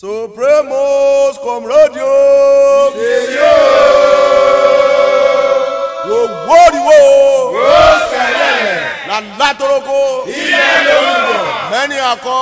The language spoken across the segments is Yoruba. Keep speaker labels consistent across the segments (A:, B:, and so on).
A: supremos comradio seyo gbogbo òdiwọ lalatoroko mẹni akọ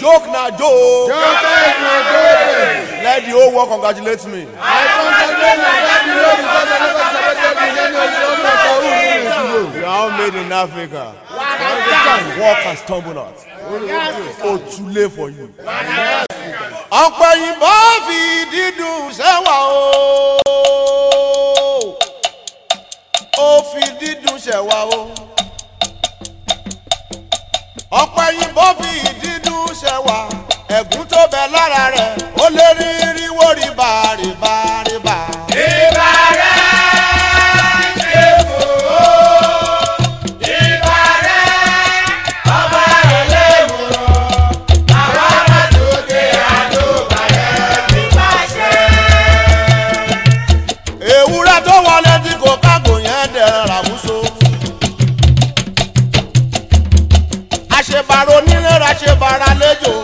A: joke na joke let the whole world congratulate me you are all made in africa work and stumble not o too late for you. ọ̀pọ̀ òyìnbó fi dídùn ṣẹ́wà o ó fi dídùn ṣẹ̀wà o ọ̀pọ̀ òyìnbó fi dídùn ṣẹ̀wà ẹ̀gún tó bẹ lára rẹ̀ ó lé rí ríwó rìbá rìbá rìbá. ewúrẹ́ tó wọlé tí kò kágò yẹn dẹ̀rẹ̀ ràwùsọ. àṣebàrò nílera ṣebàrà lẹ́jọ́.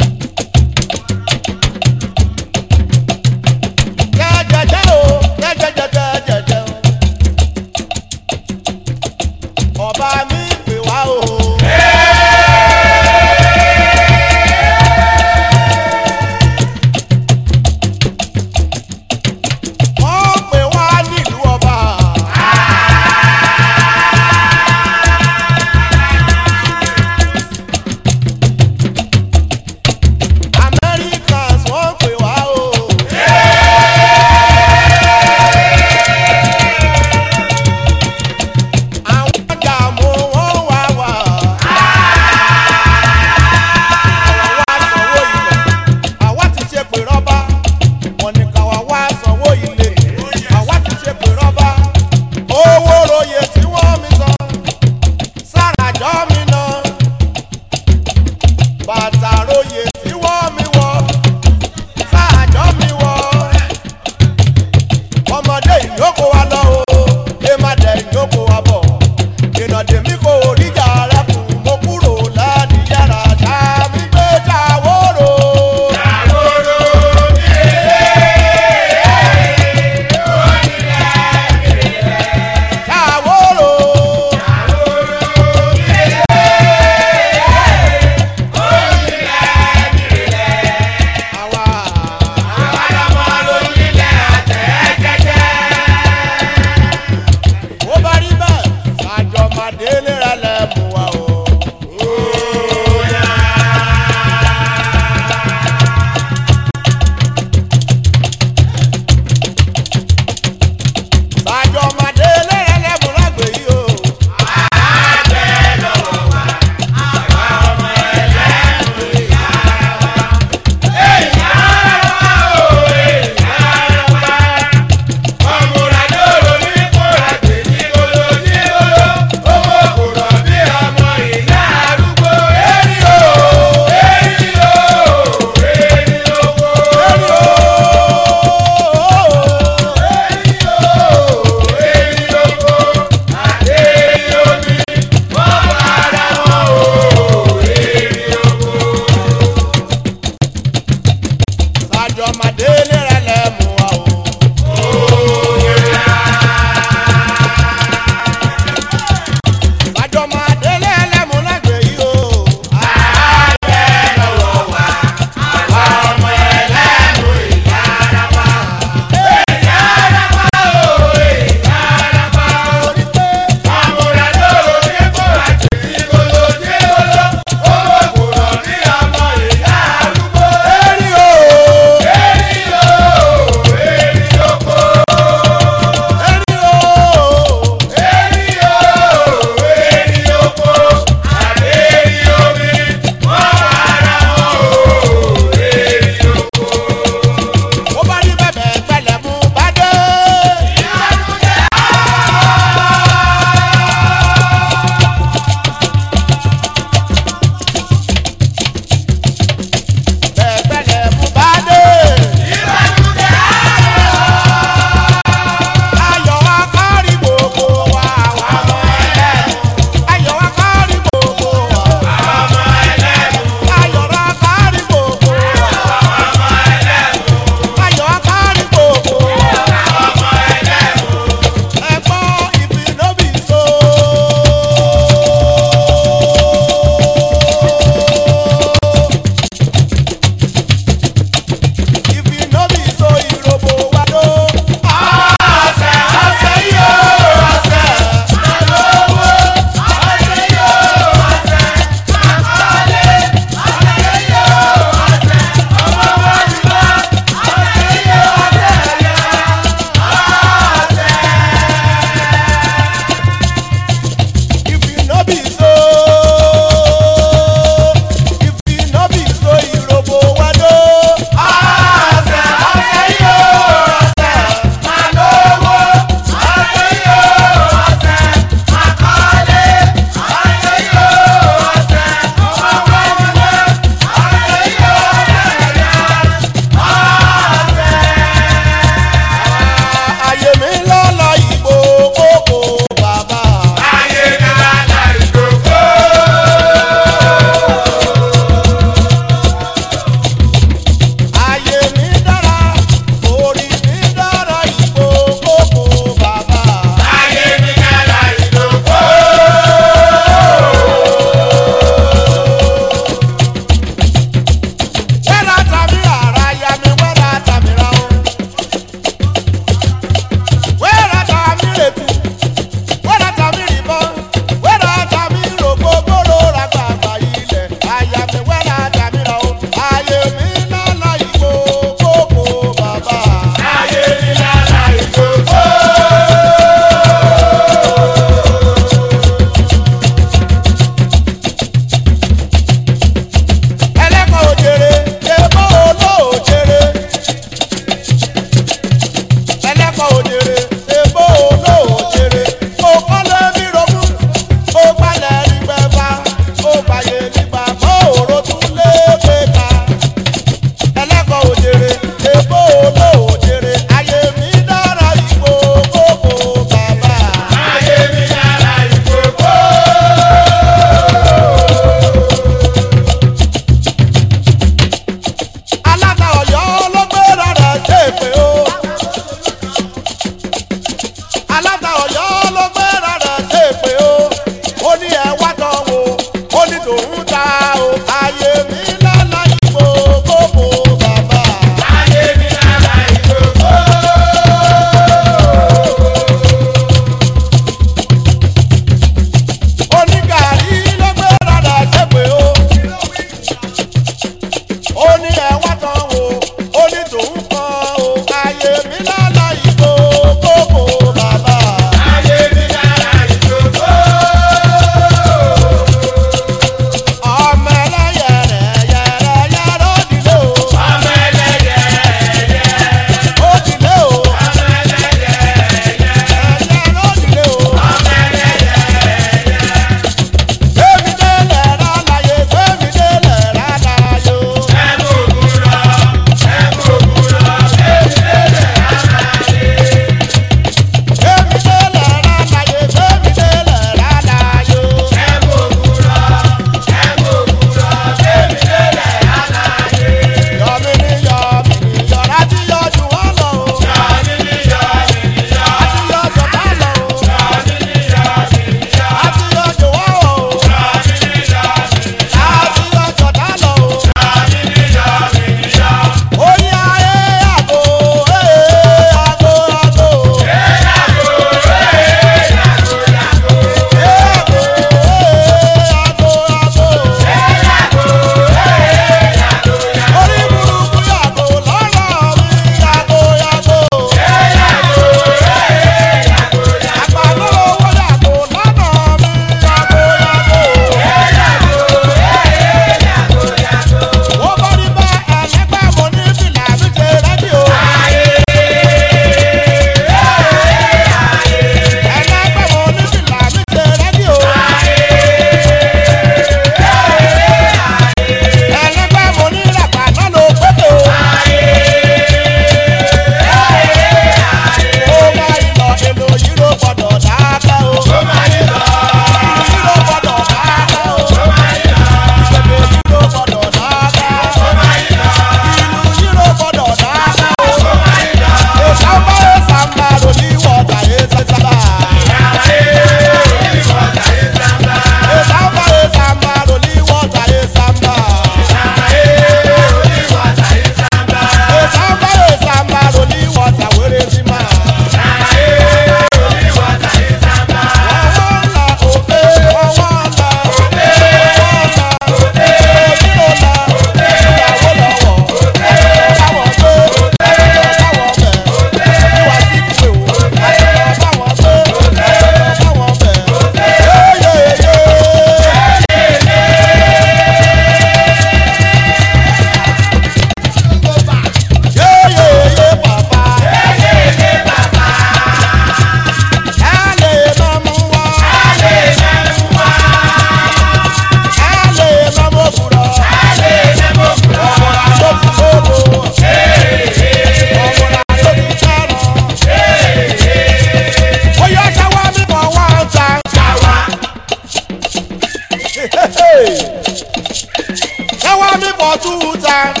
A: for two times. Shower me for three times.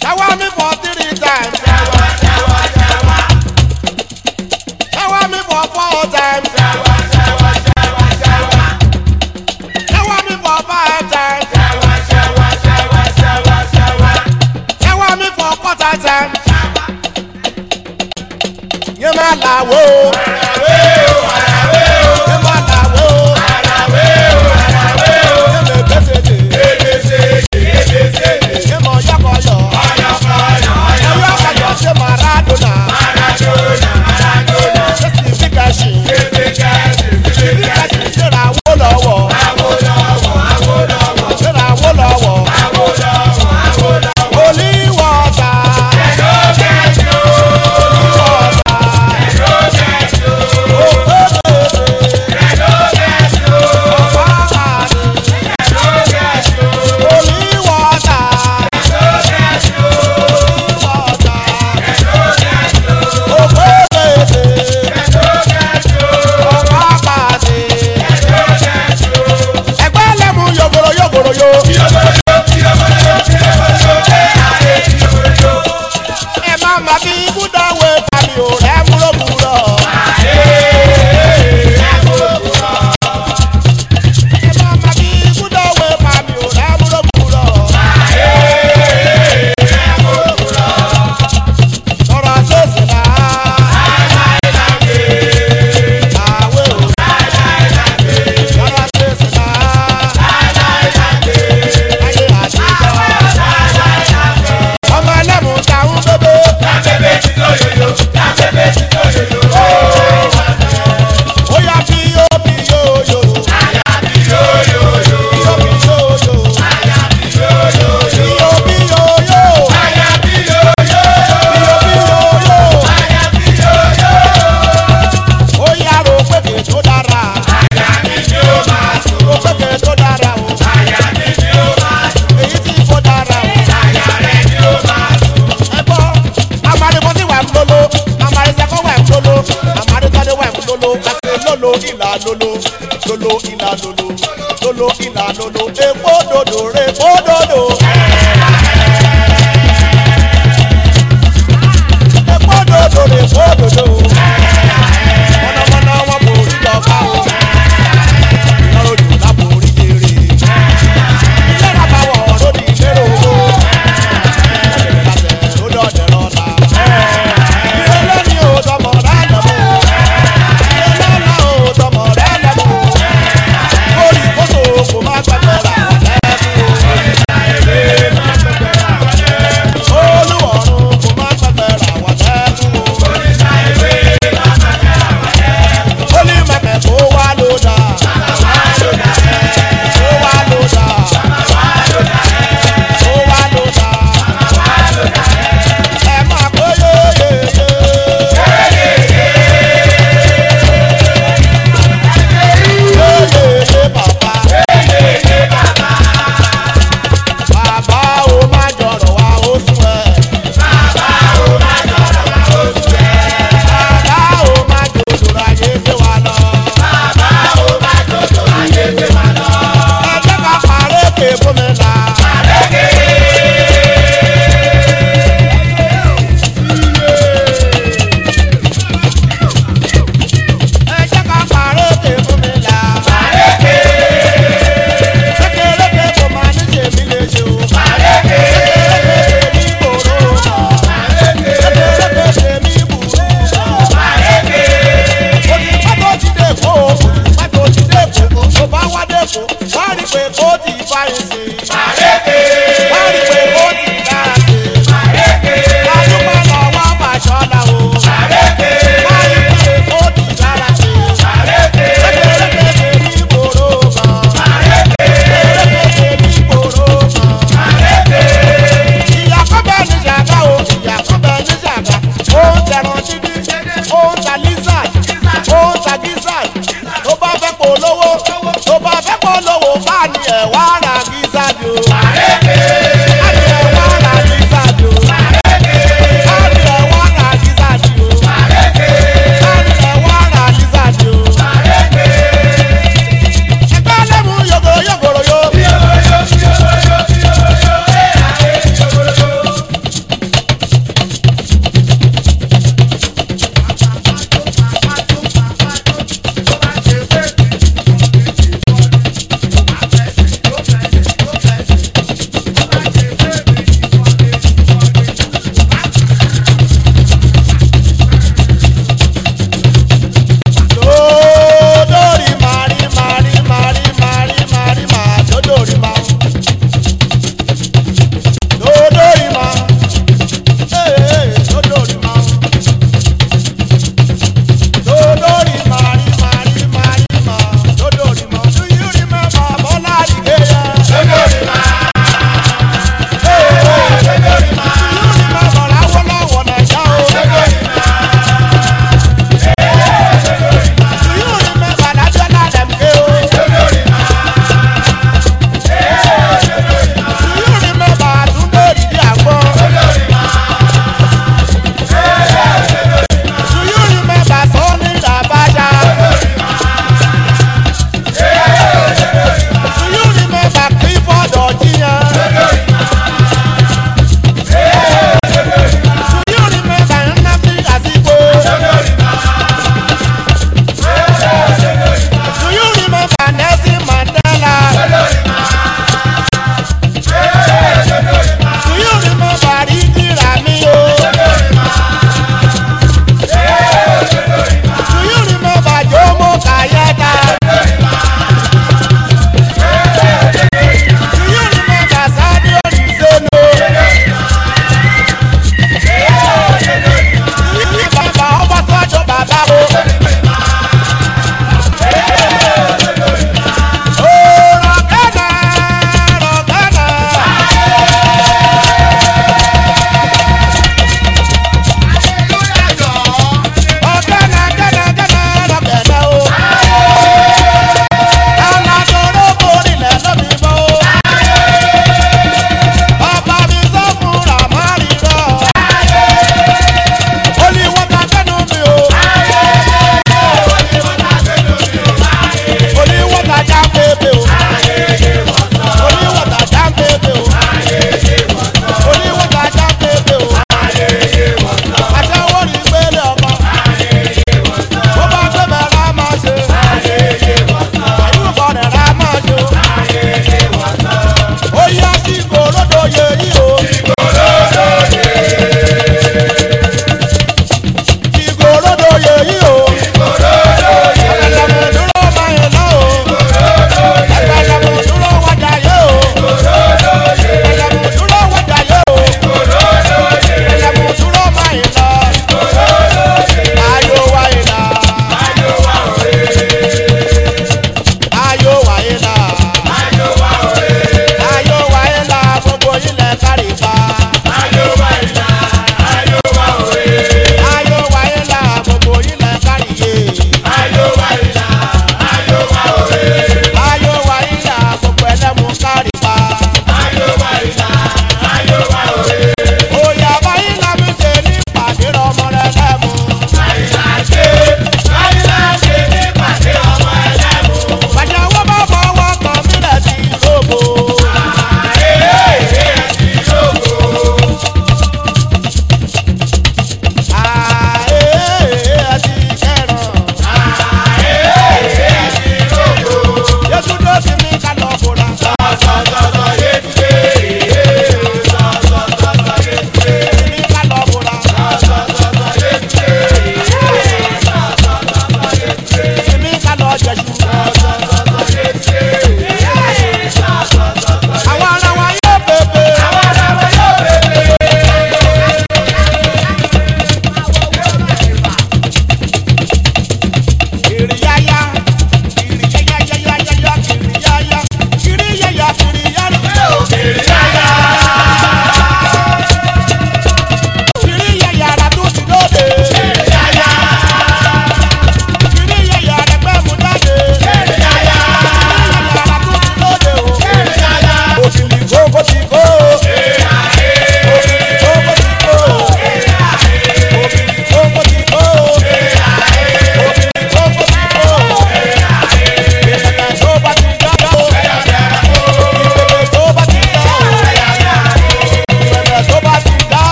A: Shower me for four times. Shower me for five times. Shower me for quarter times. Yé máa làwọ̀ o. Yé máa làwọ̀ o. Yé lè bẹ́sẹ̀ dè. Yé mọ̀ yọ̀kọ̀yọ̀. Yé yọ̀kọ̀yọ̀ ṣe Maradona. Ṣé ti fi kẹ̀sì? Fi kẹ̀sì ṣe ra wó lọ́wọ́. Ṣé ra wó lọ́wọ́? Olíwọ̀ta. Olíwọ̀ta. Ọ̀pá-àdì. Olíwọ̀ta. Olíwọ̀ta. Òpèlèdè. Ọ̀pá-àdì. Ẹgbẹ́ lẹ́mu yògòrò yògòrò yo. Ẹ má má bí Búdọ̀wé tàbí ò rẹ̀ múlòkúrọ̀. Ẹ má má bí Búdọ̀wé tàbí ò rẹ̀ múlòkúrọ̀. Sọ̀rọ̀ àṣẹ̀ṣẹ̀ náà. lolo ìlà lolo lolo ìlà lolo lolo ìlà lolo epo dodo re po dodo. epo dodo re po dodo. mọ̀nàmọ́ná wọn kò rí lọ́ka o. iná lójú lápò orí kéré. ilé bàbá wọ̀ ọ́ lódì ìlérò owó. ọ̀sẹ̀ ìlàsẹ̀ ló dọ̀dẹ̀ lọ́la. ìrẹ̀lẹ̀ ni o tọmọ rẹ̀ lọ́mọ. Ẹ máa kó yóyóyó. Yéyéyé bàbá. Bàbá o má jọ̀rọ̀ wá ó sún ẹ. Bàbá o má jòjòrò ayé gbé wa lọ. Ẹ jẹ́ ká parẹ́ pé gómìnà. Ẹ jẹ́ ká parẹ́ pé gómìnà. Kékeré pé kò máa ní tèmi lè ṣe o. Kékeré pé mi kòró lọ. Kékeré pé tèmi bùrú lọ. Mo ti pẹ́ tó ti dé kó o, mo ti pẹ́ tó ti dé kó o, mo bá wá dé kó o, wá rí pé kó o ti fa ìsìn.